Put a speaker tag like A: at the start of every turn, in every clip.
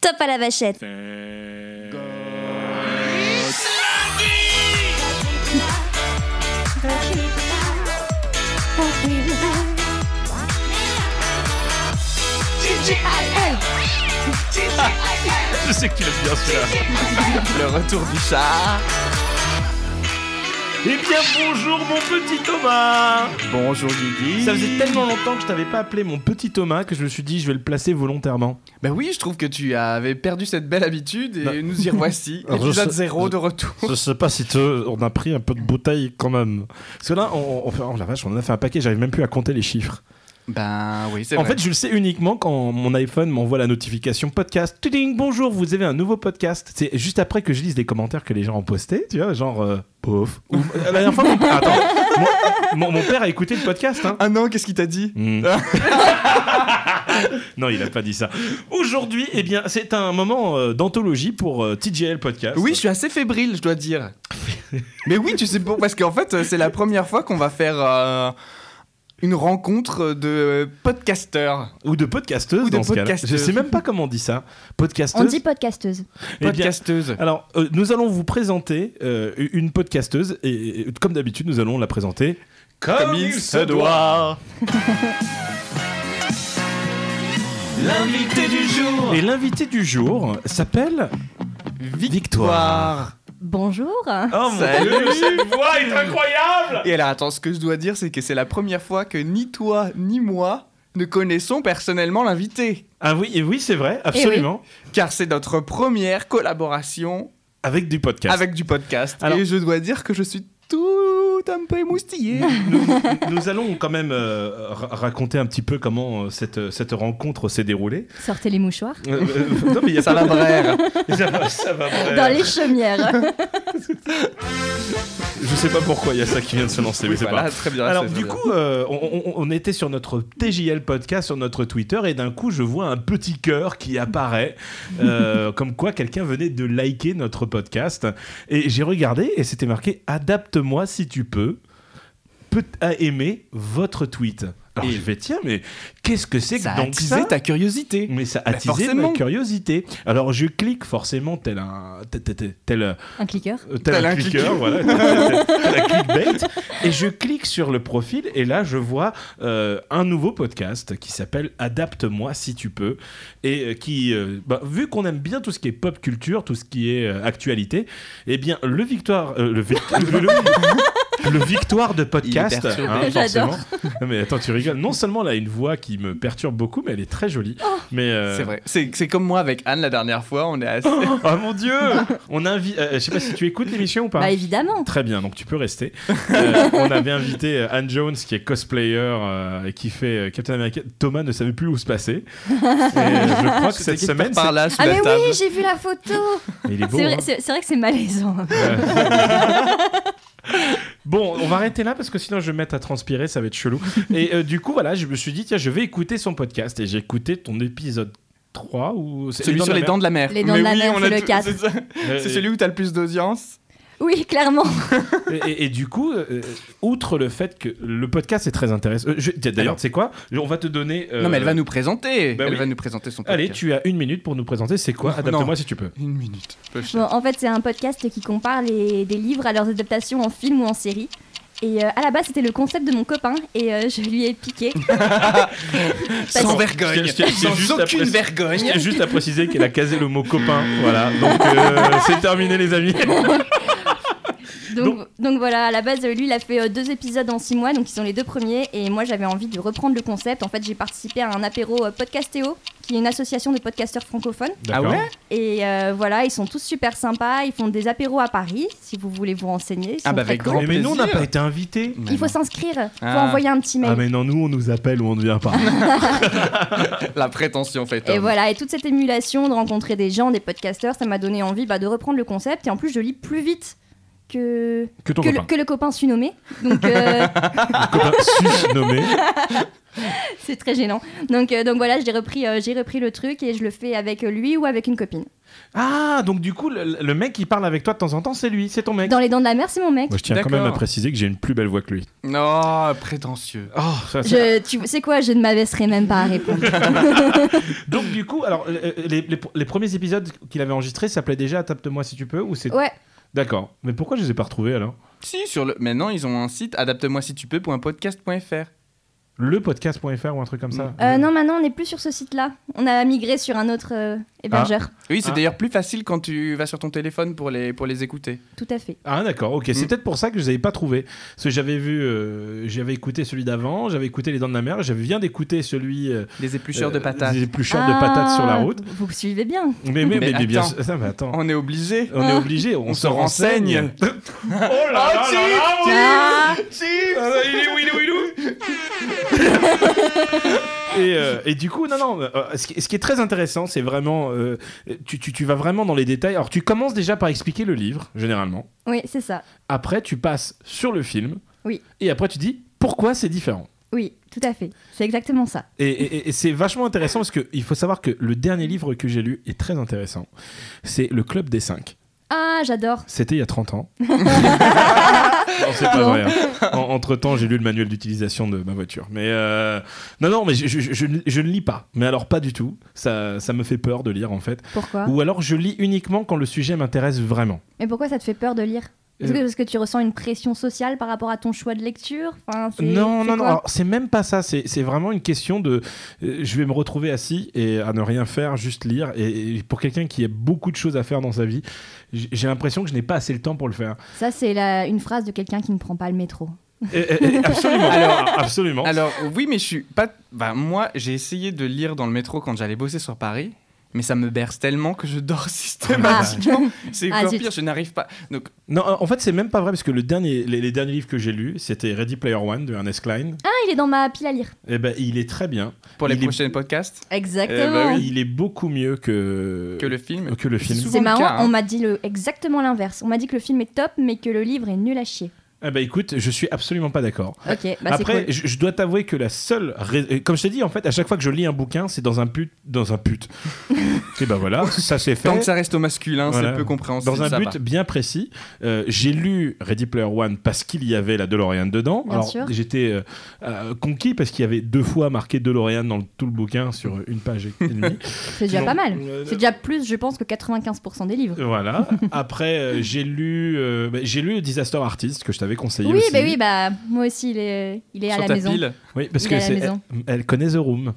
A: Top à la vachette.
B: Je sais que tu l'aimes bien celui-là.
C: Le retour du chat.
B: Eh bien, bonjour, mon petit Thomas
C: Bonjour Guigui.
B: Ça faisait tellement longtemps que je t'avais pas appelé mon petit Thomas que je me suis dit, je vais le placer volontairement.
C: Ben oui, je trouve que tu avais perdu cette belle habitude et
D: Non.
C: nous y revoici.
D: Alors, je
C: Épisode
D: sais-
C: zéro
D: je-
C: de retour.
D: Je sais pas si te- on a pris un peu de bouteille quand même. Parce que là, on, on fait- oh la vache, on en a fait un paquet, j'arrive même plus à compter les chiffres.
C: Ben oui, c'est
D: En
C: vrai.
D: fait, je le sais uniquement quand mon iPhone m'envoie la notification podcast. Tuding, bonjour, vous avez un nouveau podcast. C'est juste après que je lise les commentaires que les gens ont postés, tu vois, genre, euh, pauvre. Ou- la dernière fois, mon... Attends, mon, mon- mon père a écouté le podcast, hein.
C: Ah non, qu'est-ce qu'il t'a dit
D: Hmm. non, il a pas dit ça. Aujourd'hui, eh bien, c'est un moment euh, d'anthologie pour euh, TJL Podcast.
C: Oui, je suis assez fébrile, je dois dire. Mais oui, tu sais, bon, parce qu'en fait, euh, c'est la première fois qu'on va faire euh, une rencontre de euh, podcasteurs.
D: Ou de podcasteuse
C: Ou de
D: dans ce cas-là.
C: podcasteuse.
D: Je sais même pas comment on dit ça. Podcasteuse.
A: On dit podcasteuse.
D: Eh bien,
C: Podcasteuses.
D: alors, euh, nous allons vous présenter euh, une podcasteuse et, et comme d'habitude, nous allons la présenter comme,
C: il se doit.
B: L'invité du jour
D: Et l'invité du jour s'appelle
C: Victoire.
A: Bonjour.
D: Oh
C: Salut.
B: Cette voix est incroyable
C: Et alors, attends, ce que je dois dire, c'est que c'est la première fois que ni toi ni moi ne connaissons personnellement l'invité.
D: Ah oui, et oui, c'est vrai, absolument.
C: Car c'est notre première collaboration
D: Avec du podcast.
C: avec du podcast.
D: Alors-
C: Et je dois dire que je suis tout un peu émoustillé.
D: nous, nous allons quand même euh, ra- raconter un petit peu comment euh, cette, cette rencontre s'est déroulée.
A: Sortez les mouchoirs.
D: Euh, euh, non, mais il y a
C: Ça
D: pas-
C: va brère.
D: ça va, ça va, bref.
A: Dans les chaumières.
D: Je sais pas pourquoi il y a ça qui vient de se lancer, mais c'est pas.
C: Voilà, très bien.
D: Alors
C: c'est
D: du
C: très
D: coup, euh, on, on- on était sur notre TJL podcast, sur notre Twitter, et d'un coup, je vois un petit cœur qui apparaît, euh, comme quoi quelqu'un venait de liker notre podcast. Et j'ai regardé, et c'était marqué « Adapte-moi si tu peux, peut à aimer votre tweet ». Alors
C: Et-
D: je fais « Tiens, mais qu'est-ce que c'est que
C: Ça a
D: donc
C: attisé
D: ça
C: ta curiosité.
D: mais ça
C: Bah,
D: attisait ma
C: forcément.
D: curiosité. Alors je clique forcément tel un tel- tel- tel- tel,
A: Un cliqueur.
D: euh, tel un cliqueur, voilà, tel un clickbait. Et je clique sur le profil et là je vois euh, un nouveau podcast qui s'appelle Adapte-moi si tu peux et euh, qui, euh, bah, vu qu'on aime bien tout ce qui est pop culture, tout ce qui est euh, actualité, eh bien le victoire, euh, le, vic- le- le- le victoire de podcast, hein,
C: Il est perturbé.
A: J'adore.
D: forcément. Non, Mais attends, tu rigoles. Non seulement elle a une voix qui me perturbe beaucoup, mais elle est très jolie.
C: Oh.
D: Mais euh,
C: C'est vrai. C'est c'est comme moi avec Anne la dernière fois, on est assez.
D: Oh mon dieu On invite. euh, je sais pas si tu écoutes l'émission ou pas.
A: Bah évidemment.
D: Très bien, donc tu peux rester. Euh, on avait invité euh, Anne Jones, qui est cosplayer euh, et qui fait euh, Captain America. Thomas ne savait plus où se passer. Et, euh, je crois que
C: C'était
D: cette semaine,
C: par là sous
A: Ah
C: la
A: mais
C: table.
A: oui, j'ai vu la photo.
D: c'est- il est beau.
A: C'est vrai,
D: hein.
A: c'est- c'est vrai que c'est malaisant.
D: Ouais. Bon, on va arrêter là parce que sinon je vais me mettre à transpirer, ça va être chelou. Et euh, du coup, voilà, je me suis dit, tiens, je vais écouter son podcast et j'ai écouté ton épisode 3 ou c'est
C: Celui
D: dans
C: sur
D: la
C: les
D: mer.
C: dents de la mer.
A: Les dents de la mer,
C: on
A: c'est
C: a
A: le
C: tout-
A: quatre.
C: C'est ça.
D: Euh,
C: C'est celui où t'as le plus d'audience.
A: Oui, clairement.
D: Et, et- et du coup, euh, outre le fait que le podcast est très intéressant. euh, je- tiens, D'ailleurs,
C: Alors.
D: c'est quoi On va te donner. euh,
C: Non, mais elle va nous présenter.
D: bah
C: elle
D: oui.
C: va nous présenter son podcast.
D: Allez, tu as une minute pour nous présenter. C'est quoi
C: Non.
D: Adapte-moi si tu peux.
C: Une minute. Peu cher.
A: Bon, en fait, c'est un podcast qui compare les- des livres à leurs adaptations en film ou en série. Et euh, à la base, c'était le concept de mon copain et euh, je lui ai piqué. Parce-
C: Sans
D: Bon,
C: vergogne.
D: je tiens- je tiens
C: Sans
D: juste à
C: aucune
D: préciser-
C: vergogne.
D: J'ai Juste à préciser qu'elle a casé le mot copain. Voilà. Donc, euh, c'est terminé, les amis.
A: donc, donc voilà, à la base, euh, lui, il a fait euh, deux épisodes en six mois, donc ils sont les deux premiers. Et moi, j'avais envie de reprendre le concept. En fait, j'ai participé à un apéro euh, Podcastéo, qui est une association de podcasteurs francophones.
D: D'accord.
C: Ah ouais
A: Et euh, voilà, ils sont tous super sympas. Ils font des apéros à Paris, si vous voulez vous renseigner. Ils
C: Ah
A: sont
C: bah,
A: très
C: avec
A: cool.
C: grand
D: Eh, Mais, mais nous, on n'a
C: plaisir. hein.
D: pas été invités.
A: Il faut s'inscrire, faut
C: Ah.
A: envoyer un petit mail.
D: Ah, mais non, nous, on nous appelle ou on ne vient pas.
C: La prétention, en fait.
A: Et
C: homme.
A: voilà, et toute cette émulation de rencontrer des gens, des podcasteurs, ça m'a donné envie bah, de reprendre le concept. Et en plus, je lis plus vite que,
D: Que ton
A: que, le,
D: copain.
A: que le copain surnommé. Donc, euh,
D: Le copain sus nommé.
A: C'est très gênant. Donc, euh, donc voilà, j'ai repris, euh, j'ai repris le truc et je le fais avec lui ou avec une copine.
D: Ah, donc du coup, le, le mec qui parle avec toi de temps en temps, c'est lui, c'est ton mec.
A: Dans les dents de la mer, c'est mon mec.
E: Moi, je tiens quand
C: D'accord.
E: même à préciser que j'ai une plus belle voix que lui.
C: Non, prétentieux.
D: Oh, ça,
A: Je,
D: c'est-
A: tu sais quoi, je ne m'abaisserai même pas à répondre.
D: Donc du coup, alors euh, euh, les, les pr- les premiers épisodes qu'il avait enregistrés s'appelaient déjà Adapte-moi si tu peux ou c'est
A: Ouais,
D: D'accord. Mais pourquoi je les ai pas retrouvés alors
C: Si, sur le. Maintenant, ils ont un site adapte-moi si tu peux pour un podcast.fr.
D: Le podcast.fr ou un truc comme ça
A: Euh, non, maintenant on n'est plus sur ce site-là. On a migré sur un autre euh, hébergeur.
C: Oui, c'est
D: Ah.
C: d'ailleurs plus facile quand tu vas sur ton téléphone pour les, pour les écouter.
A: Tout à fait.
D: Ah d'accord, ok. C'est
C: Mm.
D: peut-être pour ça que je les avais pas trouvés. Parce que j'avais vu, euh, j'avais écouté celui d'avant, j'avais écouté Les Dents de la Mer, j'avais bien d'écouter celui... euh,
C: Les éplucheurs de
D: euh,
C: patates.
D: Des éplucheurs de patates sur la
A: Ah,
D: route.
A: Vous suivez bien.
D: Mais, mais,
C: Mais
D: mais, mais bien
C: attends.
D: sûr... Ah, mais attends.
C: On est obligé.
D: On est obligé, on,
C: On
D: se
C: se renseigne.
D: renseigne. oh là là
C: Chips
D: là là, oui.
A: Ah,
D: Ah, il est où, il est où, il est où et, euh, et du coup, non, non, euh, ce, qui, ce qui est très intéressant, c'est vraiment. euh, tu, tu- tu vas vraiment dans les détails. Alors, tu commences déjà par expliquer le livre, généralement.
A: oui, c'est ça.
D: Après, tu passes sur le film.
A: Oui.
D: Et après, tu dis pourquoi c'est différent.
A: Oui, tout à fait. C'est exactement ça.
D: Et, et- et c'est vachement intéressant parce qu'il faut savoir que le dernier livre que j'ai lu est très intéressant. C'est Le Club des 5.
A: Ah, j'adore.
D: C'était il y a 30 ans. non, c'est pas vrai. hein. En- Entre-temps, j'ai lu le manuel d'utilisation de ma voiture. Mais euh, non, non, mais je, je- je- je ne- je ne lis pas. Mais alors, pas du tout. Ça, ça me fait peur de lire, en fait.
A: Pourquoi
D: Ou alors, je lis uniquement quand le sujet m'intéresse vraiment.
A: Mais pourquoi ça te fait peur de lire Est-ce que,
D: Euh.
A: est-ce que tu ressens une pression sociale par rapport à ton choix de lecture Enfin, c'est-
D: Non,
A: c'est
D: non, non,
A: quoi
D: alors, c'est même pas ça. C'est c'est vraiment une question de. euh, je vais me retrouver assis et à ne rien faire, juste lire. Et, et pour quelqu'un qui a beaucoup de choses à faire dans sa vie, j- j'ai l'impression que je n'ai pas assez le temps pour le faire.
A: Ça, c'est la- une phrase de quelqu'un qui ne prend pas le métro.
D: Et- et- et absolument. absolument.
C: Alors, oui, mais je suis pas. Bah, moi, j'ai essayé de lire dans le métro quand j'allais bosser sur Paris. Mais ça me berce tellement que je
D: Ah, bah,
C: dors systématiquement. C'est
A: Ah,
C: encore
A: zut.
C: pire, je n'arrive pas. Donc,
D: Non, en fait, c'est même pas vrai parce que le dernier, les, les derniers livres que j'ai lus, c'était Ready Player One de Ernest Klein.
A: Ah, il est dans ma pile à lire.
D: Et ben, il est très bien.
C: pour les
D: Il est-
C: prochains podcasts,
A: Exactement.
C: Eh ben
D: Il est beaucoup mieux que
C: que le film.
D: que le film.
C: Souvent
A: C'est
C: le
A: marrant,
C: cas, hein.
A: on m'a dit le, exactement l'inverse. On m'a dit que le film est top, mais que le livre est nul à chier.
D: Eh ben, écoute, je suis absolument pas d'accord.
A: Ok, bah c'est
D: Après,
A: cool.
D: je, je dois t'avouer que la seule, rais- euh, comme je t'ai dit, en fait, à chaque fois que je lis un bouquin, c'est dans un put, dans un put. Et ben voilà, ça c'est fait.
C: Tant que ça reste au masculin,
D: Voilà.
C: c'est peu compréhensible.
D: Dans un
C: ça
D: but
C: va.
D: bien précis, euh, j'ai lu Ready Player One parce qu'il y avait la DeLorean dedans.
A: Bien
D: Alors
A: sûr.
D: j'étais euh, euh, conquis parce qu'il y avait deux fois marqué DeLorean dans le- tout le bouquin sur une page et demie.
A: C'est déjà
D: Non.
A: pas mal.
D: Euh,
A: C'est déjà plus, je pense, que 95% des livres.
D: Voilà. Après, euh, j'ai lu, euh, bah, j'ai lu Disaster Artist que je t'avais conseillé
A: Oui,
D: aussi.
A: bah oui, bah moi aussi, il est, il est à
C: Sur
A: la
C: ta
A: maison.
C: pile.
D: Oui, parce
A: Il est
D: que
A: à la
D: c'est- elle,
A: maison.
D: elle connaît The Room.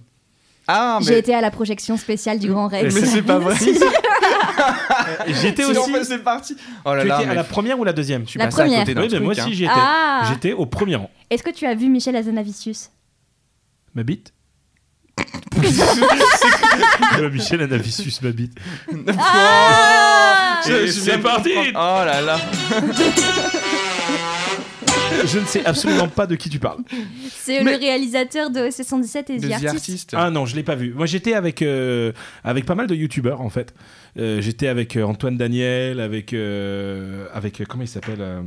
C: Ah,
A: J'ai
C: mais.
A: été à la projection spéciale du Grand
C: Mais
A: Rex.
C: c'est pas vrai.
D: J'étais
C: Sinon,
D: aussi.
C: bah, c'est parti. Oh là
D: tu
C: là,
D: étais à
C: mais-
D: la première ou la deuxième
A: La
C: passé à
A: première.
C: côté d'un
D: Oui, mais
C: truc,
D: moi
C: hein.
D: aussi j'y étais.
A: Ah
D: J'étais au premier rang.
A: Est-ce que tu as vu Michel Azanavicius
D: Ma bite. Ouais, Michel Anavicius, ma bite.
A: ah
D: Et
C: Je- je
D: c'est
C: viens de
D: parti.
C: comprendre. hein. Oh là là
D: Je ne sais absolument pas de qui tu parles.
A: C'est le réalisateur de 77 et The
C: Des
A: Artist.
C: artistes.
D: Ah non, je l'ai pas vu. Moi, j'étais avec euh, avec pas mal de youtubeurs en fait. Euh, j'étais avec euh, Antoine Daniel, avec euh, avec euh, comment il s'appelle euh,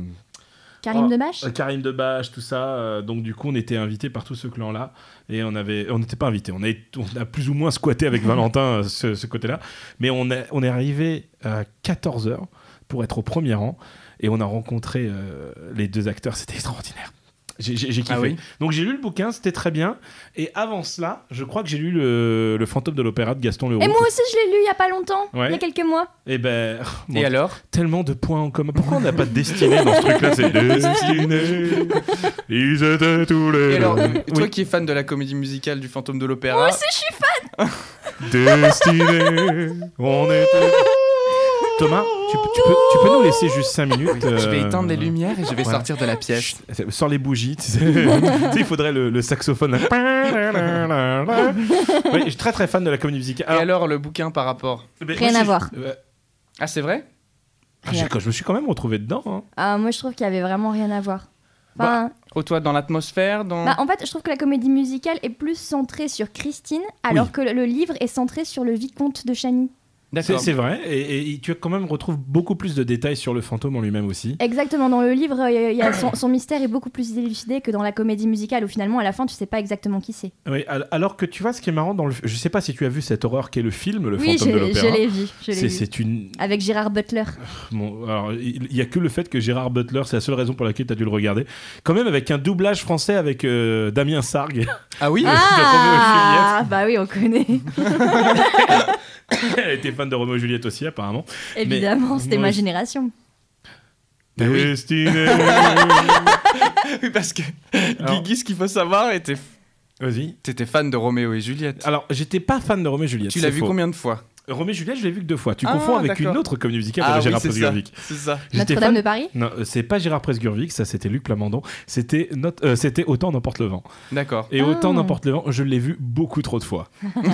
A: Karim
C: Ah.
D: Oh.
A: Debache
D: euh, Karim Debache, tout ça. Euh, donc du coup, on était invités par tout ce clan là et on avait on n'était pas invités. On, est- on a plus ou moins squatté avec Valentin euh, ce, ce côté-là, mais on est on est arrivé à 14 h pour être au premier rang et on a rencontré euh, les deux acteurs. C'était extraordinaire. J'ai j'ai- j'ai kiffé.
C: Ah oui.
D: Donc j'ai lu le bouquin, c'était très bien. Et avant cela, je crois que j'ai lu le, le Fantôme de l'Opéra de Gaston Leroux.
A: Et moi aussi, je l'ai lu il y a pas longtemps,
D: Ouais.
A: il y a quelques mois.
C: Ah.
D: Et ben, mon
C: Et alors
D: tellement de points en commun. Pourquoi on n'a pas de destinée dans ce truc-là C'est destinée. Ils étaient tous les
C: Et alors,
D: deux.
C: toi
D: Euh, Oui.
C: qui es fan de la comédie musicale du fantôme de
A: Moi
C: l'opéra,
A: aussi, je suis
D: Destinée. On était. Thomas, tu, peux- tu peux, tu peux nous laisser juste 5 minutes
C: je vais
D: euh,
C: éteindre les lumières et je vais
D: voilà.
C: sortir de la pièce.
D: Chut, Sors les bougies. tu sais. Tu sais, il faudrait le, le saxophone. là. Oui, je suis très très fan de la comédie musicale.
C: Et alors, le bouquin par rapport
D: mais
A: Rien
D: moi,
A: à
D: j'ai-
A: voir.
D: Euh,
C: Ah, c'est vrai
D: ah, j'ai- je me suis quand même retrouvé dedans. hein.
A: Ah, moi, je trouve qu'il y avait vraiment rien à voir. Enfin,
C: Oh, toi, dans l'atmosphère, dans...
A: bah, en fait, je trouve que la comédie musicale est plus centrée sur Christine, alors que le livre est centré sur le vicomte de Chagny.
D: C'est c'est vrai, et, et tu quand même retrouves beaucoup plus de détails sur le fantôme en lui-même aussi.
A: Exactement, dans le livre, euh, il y a- il y a son, son mystère est beaucoup plus élucidé que dans la comédie musicale où finalement à la fin tu sais pas exactement qui c'est.
D: Oui, al- alors que tu vois, ce qui est marrant dans le, je sais pas si tu as vu cette horreur qu'est le film, le
A: oui,
D: fantôme de
A: je, je
D: l'opéra.
A: l'ai vu, je l'ai
D: C'est
A: vu.
D: c'est une.
A: Avec Gérard Butler.
D: Bon, alors, il n'y a que le fait que Gérard Butler, c'est la seule raison pour laquelle tu as dû le regarder. Quand même, avec un doublage français avec euh, Damien Sargue.
C: Ah oui
A: Ah, bah oui, on connaît.
D: Elle était fan de Roméo et Juliette aussi, apparemment.
A: Évidemment,
D: Mais-
A: c'était
D: moi,
A: ma
D: je-
A: génération.
C: Ben oui.
D: Destinée.
C: Oui, parce que
D: Alors-
C: Guigui, ce qu'il faut savoir, était
D: Vas-y.
C: T'étais fan de Roméo et Juliette.
D: Alors, j'étais pas fan de Roméo et Ah, Juliette.
C: tu l'as
D: c'est
C: vu
D: faux.
C: combien de fois
D: Roméo et Juliette, je l'ai vu que deux fois. Tu
C: Ah,
D: confonds avec
C: d'accord.
D: une autre comédie musicale
C: Ah
D: avec
C: oui,
D: Gérard
C: c'est ça.
D: Presgurvic.
C: C'est ça.
D: J'étais
A: Notre-Dame
D: fan-
A: de Paris
D: Non, euh, c'est pas Gérard Presgurvic, ça c'était Luc Plamondon. C'était notre, euh, c'était autant n'importe le vent.
C: D'accord.
D: Et
A: Ah.
D: autant n'importe le vent, je l'ai vu beaucoup trop de fois.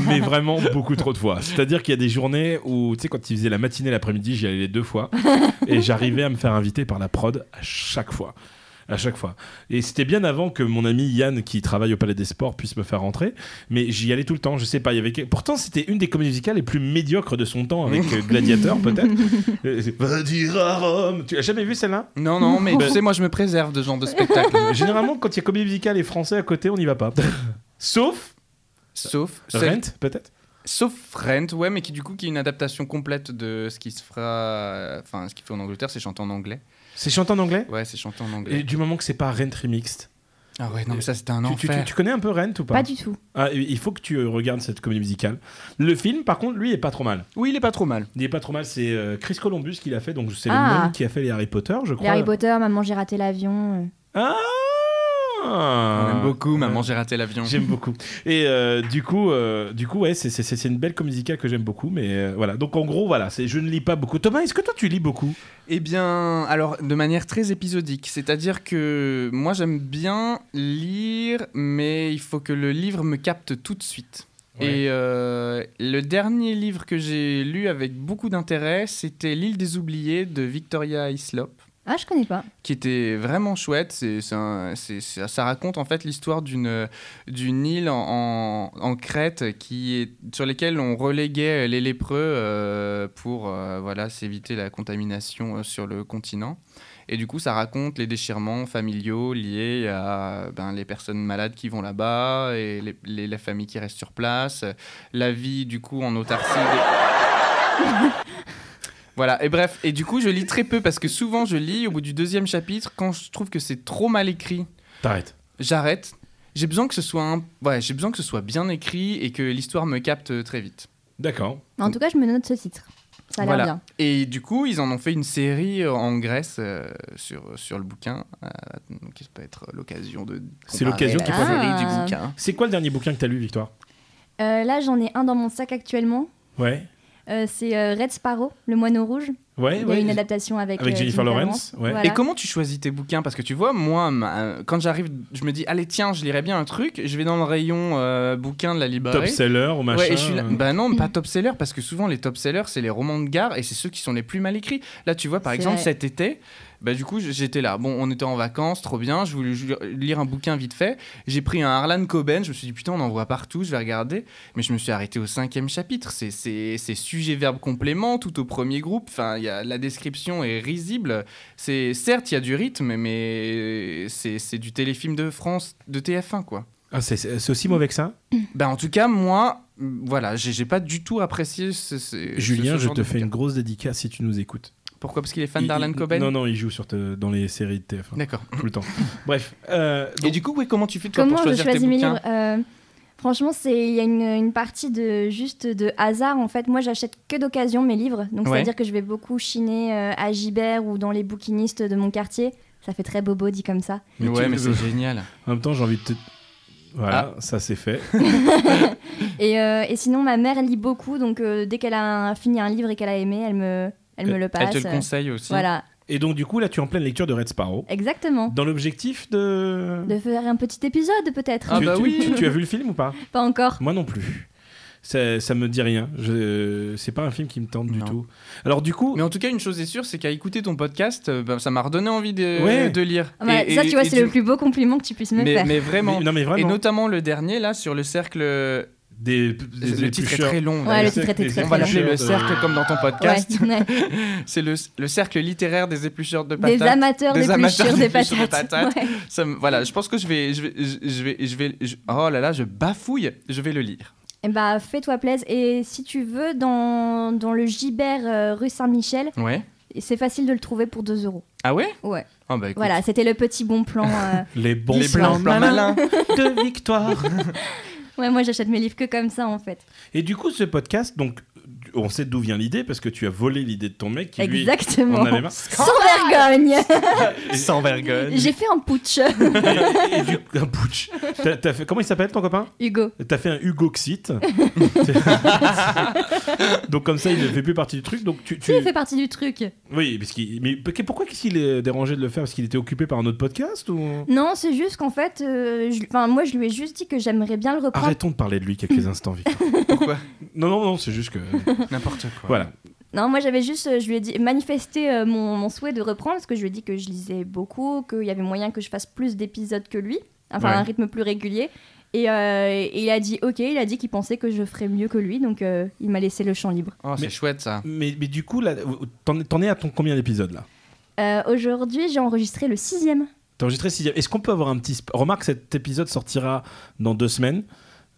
D: Mais vraiment beaucoup trop de fois. C'est-à-dire qu'il y a des journées où, tu sais, quand ils faisaient la matinée l'après-midi, j'y allais les deux fois. Et j'arrivais à me faire inviter par la prod à chaque fois. À chaque fois. Et c'était bien avant que mon ami Yann, qui travaille au Palais des Sports, puisse me faire rentrer. Mais j'y allais tout le temps. Je sais pas. Il y avait... que- Pourtant, c'était une des comédies musicales les plus médiocres de son temps, avec euh, Gladiator, peut-être. Euh, c'est- Va dire à Rome. Tu as jamais vu celle-là
C: Non, non, mais
D: Ben-
C: tu sais, moi, je me préserve de ce genre de spectacle.
D: Généralement, quand il y a comédie musicale et français à côté, on n'y va pas. Sauf
C: sauf, celle-
D: Rent, peut-être
C: sauf Rent, ouais, mais qui du coup, qui est une adaptation complète de ce qui se fera, enfin, ce qu'il fait en Angleterre, c'est chanter en anglais.
D: C'est chanté en anglais
C: Ouais, c'est chanter en anglais.
D: Et du moment que c'est pas Rent Remixed.
C: Ah ouais, non, mais ça, c'était un
D: Tu, tu-
C: enfer.
D: tu- tu connais un peu Rent ou pas,
A: Pas du tout.
D: Ah, Il faut que tu euh, regardes cette comédie musicale. Le film, par contre, lui, est pas trop mal.
C: Oui, il est pas trop mal.
D: Il est pas trop mal. C'est euh, Chris Columbus qui l'a fait, donc c'est
A: Ah.
D: le même qui a fait les Harry Potter, je
A: Les
D: crois.
A: Harry Potter, Maman, j'ai raté l'avion. euh.
D: Ah
C: On
D: Euh,
C: aime beaucoup, maman, j'ai raté l'avion.
D: J'aime beaucoup. Et euh, du coup, euh, du coup, ouais, c'est- c'est c'est- c'est une belle comédie musicale que j'aime beaucoup, mais euh, voilà. Donc en gros, voilà, c'est je ne lis pas beaucoup. Thomas, est-ce que toi tu lis beaucoup
C: Eh bien, alors, de manière très épisodique, c'est-à-dire que moi, j'aime bien lire, mais il faut que le livre me capte tout de suite.
D: Ouais.
C: Et euh, le dernier livre que j'ai lu avec beaucoup d'intérêt, c'était L'île des oubliés de Victoria Islop,
A: Ah, je connais pas.
C: qui était vraiment chouette. C'est, c'est un- c'est- c'est- ça raconte en fait l'histoire d'une, d'une île en, en- en Crète qui est, sur laquelle on reléguait les lépreux euh, pour euh, voilà, s'éviter la contamination euh, sur le continent. Et du coup, ça raconte les déchirements familiaux liés à ben, les personnes malades qui vont là-bas et les, les- la famille qui reste sur place, la vie du coup en autarcie. des- voilà, et bref, et du coup, je lis très peu parce que souvent je lis au bout du deuxième chapitre quand je trouve que c'est trop mal écrit
D: T'arrêtes.
C: j'arrête. J'ai besoin que ce soit un... ouais, j'ai besoin que ce soit bien écrit et que l'histoire me capte euh, très vite.
D: D'accord.
A: En tout cas, je me note ce titre. Ça a l'air
C: Voilà.
A: bien.
C: Et du coup, ils en ont fait une série euh, en Grèce euh, sur, sur le bouquin, euh, donc ça peut être l'occasion de
D: C'est l'occasion
C: comparer
A: qui
C: la
A: fait-
C: série du
A: Ah.
C: bouquin.
D: C'est quoi le dernier bouquin que t'as lu, Victoire
A: Euh, là, j'en ai un dans mon sac actuellement.
D: Ouais.
A: Euh, c'est euh, Red Sparrow, le moineau rouge.
D: Ouais,
A: Il y a
D: Eh ouais.
A: une adaptation avec,
D: avec
A: euh,
D: Jennifer Lawrence, ouais.
A: Voilà.
C: Et comment tu choisis tes bouquins Parce que tu vois, moi, ma- euh, quand j'arrive, je me dis, allez, tiens, je lirai bien un truc. Je vais dans le rayon euh, bouquin de la librairie.
D: Top seller ou machin.
C: Ouais, et je suis là-
D: euh.
C: Bah non,
A: Mm.
C: pas top seller, parce que souvent les top sellers, c'est les romans de gare et c'est ceux qui sont les plus mal écrits. Là, tu vois, par
A: C'est
C: exemple,
A: vrai.
C: cet été, bah du coup, j- j'étais là. Bon, on était en vacances, trop bien, je voulais ju- lire un bouquin vite fait. J'ai pris un Harlan Coben, je me suis dit, putain, on en voit partout, je vais regarder. Mais je me suis arrêté au cinquième chapitre. C'est- C'est c'est sujet, verbe, complément, tout au premier groupe. Enfin, il y a- la description est risible. C'est Certes, il y a du rythme, mais c'est c'est du téléfilm de France, de TF1, quoi.
D: Ah, c'est- c'est c'est aussi mauvais que ça
C: Ben en tout cas, moi, mm, voilà, j'ai j'ai pas du tout apprécié ce. ce-
D: Julien,
C: ce
D: je
C: genre
D: te
C: de
D: fais une
C: bouquin.
D: grosse dédicace si tu nous écoutes.
C: Pourquoi Parce qu'il est fan
D: Il-
C: d'Arlan
D: il-
C: Coben
D: Non, non, il joue sur te- dans les séries de TF1
C: D'accord.
D: tout le temps. Bref. euh,
C: Et
D: donc-
C: du coup, oui, comment tu fais toi,
A: Comment
C: pour
A: je
C: choisir
A: choisis
C: tes
A: mes
C: bouquins
A: livres Euh, Franchement, c'est- il y a une, une partie de juste de hasard. En fait, moi, j'achète que d'occasion mes livres. Donc,
C: Ouais.
A: c'est-à-dire que je vais beaucoup chiner euh, à Gibert ou dans les bouquinistes de mon quartier. Ça fait très bobo dit comme ça.
D: Mais
C: Ouais,
D: tu-
C: mais c'est génial.
D: En même temps, j'ai envie de te.
C: Ah.
D: Voilà, ça c'est fait.
A: Et, euh, et sinon, ma mère lit beaucoup. Donc, euh, dès qu'elle a un- fini un livre et qu'elle a aimé, elle me, elle me le
C: Euh, Elle
A: passe. euh,
C: te le conseille aussi.
A: Bah, voilà,
D: Et donc, du coup, là, tu es en pleine lecture de Red Sparrow.
A: exactement.
D: Dans l'objectif de.
A: De faire un petit épisode, peut-être.
C: Ah
D: Tu-
C: bah
D: tu-
C: oui.
D: tu- tu as vu le film ou pas
A: Pas encore.
D: Moi non plus. Ça, ça me dit rien. Je... C'est pas un film qui me tente du
C: Non.
D: tout. Alors, du coup.
C: Mais en tout cas, une chose est sûre, c'est qu'à écouter ton podcast, euh, ben, ça m'a redonné envie de,
D: Ouais.
C: de lire.
A: Ah bah,
C: Et-
A: ça,
C: et-
A: tu vois,
C: et
A: c'est
C: du-
A: le plus beau compliment que tu puisses me
C: mais,
A: faire.
C: mais vraiment.
D: Mais- non, mais
C: Et
D: vraiment.
C: notamment le dernier, là, sur le cercle euh,
D: des, des,
C: Le
D: des
C: titre est
D: éplucheurs.
C: très long.
A: Ouais,
C: d'ailleurs.
A: le titre était
D: des
A: très,
C: on
A: très
C: va
A: long.
C: l'appeler le
D: éplucheurs de-
C: cercle comme dans ton podcast.
A: Ouais, ouais.
C: C'est le, le cercle littéraire des éplucheurs de patates.
A: Des amateurs
C: Des
A: d'épluchures
C: amateurs
A: des
C: d'épluchures de
A: patates.
C: patates.
A: Ouais.
C: Ça me- voilà, je pense que je vais, je vais, je je vais, je vais, je- oh là là, je bafouille. Je vais le lire.
A: Eh bah, fais-toi plaisir. Et si tu veux, dans, dans le Gibert euh, rue Saint-Michel,
C: Ouais.
A: c'est facile de le trouver pour 2 euros.
C: Ah ouais
A: Ouais.
C: Ah bah écoute.
A: Voilà, c'était le petit bon plan. euh.
D: Les bons
C: Les
A: Bonsoir.
C: plans, plans malins.
D: de victoire.
A: Ouais, moi j'achète mes livres que comme ça en fait.
D: Et du coup, ce podcast, donc, on sait d'où vient l'idée parce que tu as volé l'idée de ton mec qui lui
A: Exactement.
D: en avait marre.
A: Sans vergogne
C: Sans vergogne.
A: J'ai fait un putsch,
D: et, et du un putsch. T'as- t'as fait- comment il s'appelle ton copain
A: Hugo.
D: T'as fait un Hugo Xit. donc comme ça, il ne fait plus partie du truc. Donc tu, tu-
A: Tu fait partie du truc.
D: oui, parce qu'il- mais p- pourquoi qu'est-ce qu'il est dérangé de le faire Parce qu'il était occupé par un autre podcast ou
A: Non, c'est juste qu'en fait, euh, je- enfin, moi je lui ai juste dit que j'aimerais bien le reprendre.
D: Arrêtons de parler de lui quelques instants, vite.
C: Pourquoi
D: Non, non, non, c'est juste que
C: N'importe quoi.
D: voilà.
A: Non, moi j'avais juste, euh, je lui ai dit, manifesté euh, mon, mon souhait de reprendre parce que je lui ai dit que je lisais beaucoup, qu'il y avait moyen que je fasse plus d'épisodes que lui, enfin
D: Ouais.
A: un rythme plus régulier. Et, euh, et il a dit ok, il a dit qu'il pensait que je ferais mieux que lui, donc euh, il m'a laissé le champ libre.
C: Oh, c'est
D: Mais-
C: chouette ça.
D: Mais, mais du coup, là, t'en t'en es à ton combien d'épisodes là
A: Euh, Aujourd'hui, j'ai enregistré le sixième.
D: T'as enregistré sixième. Est-ce qu'on peut avoir un petit... sp- Remarque, cet épisode sortira dans deux semaines.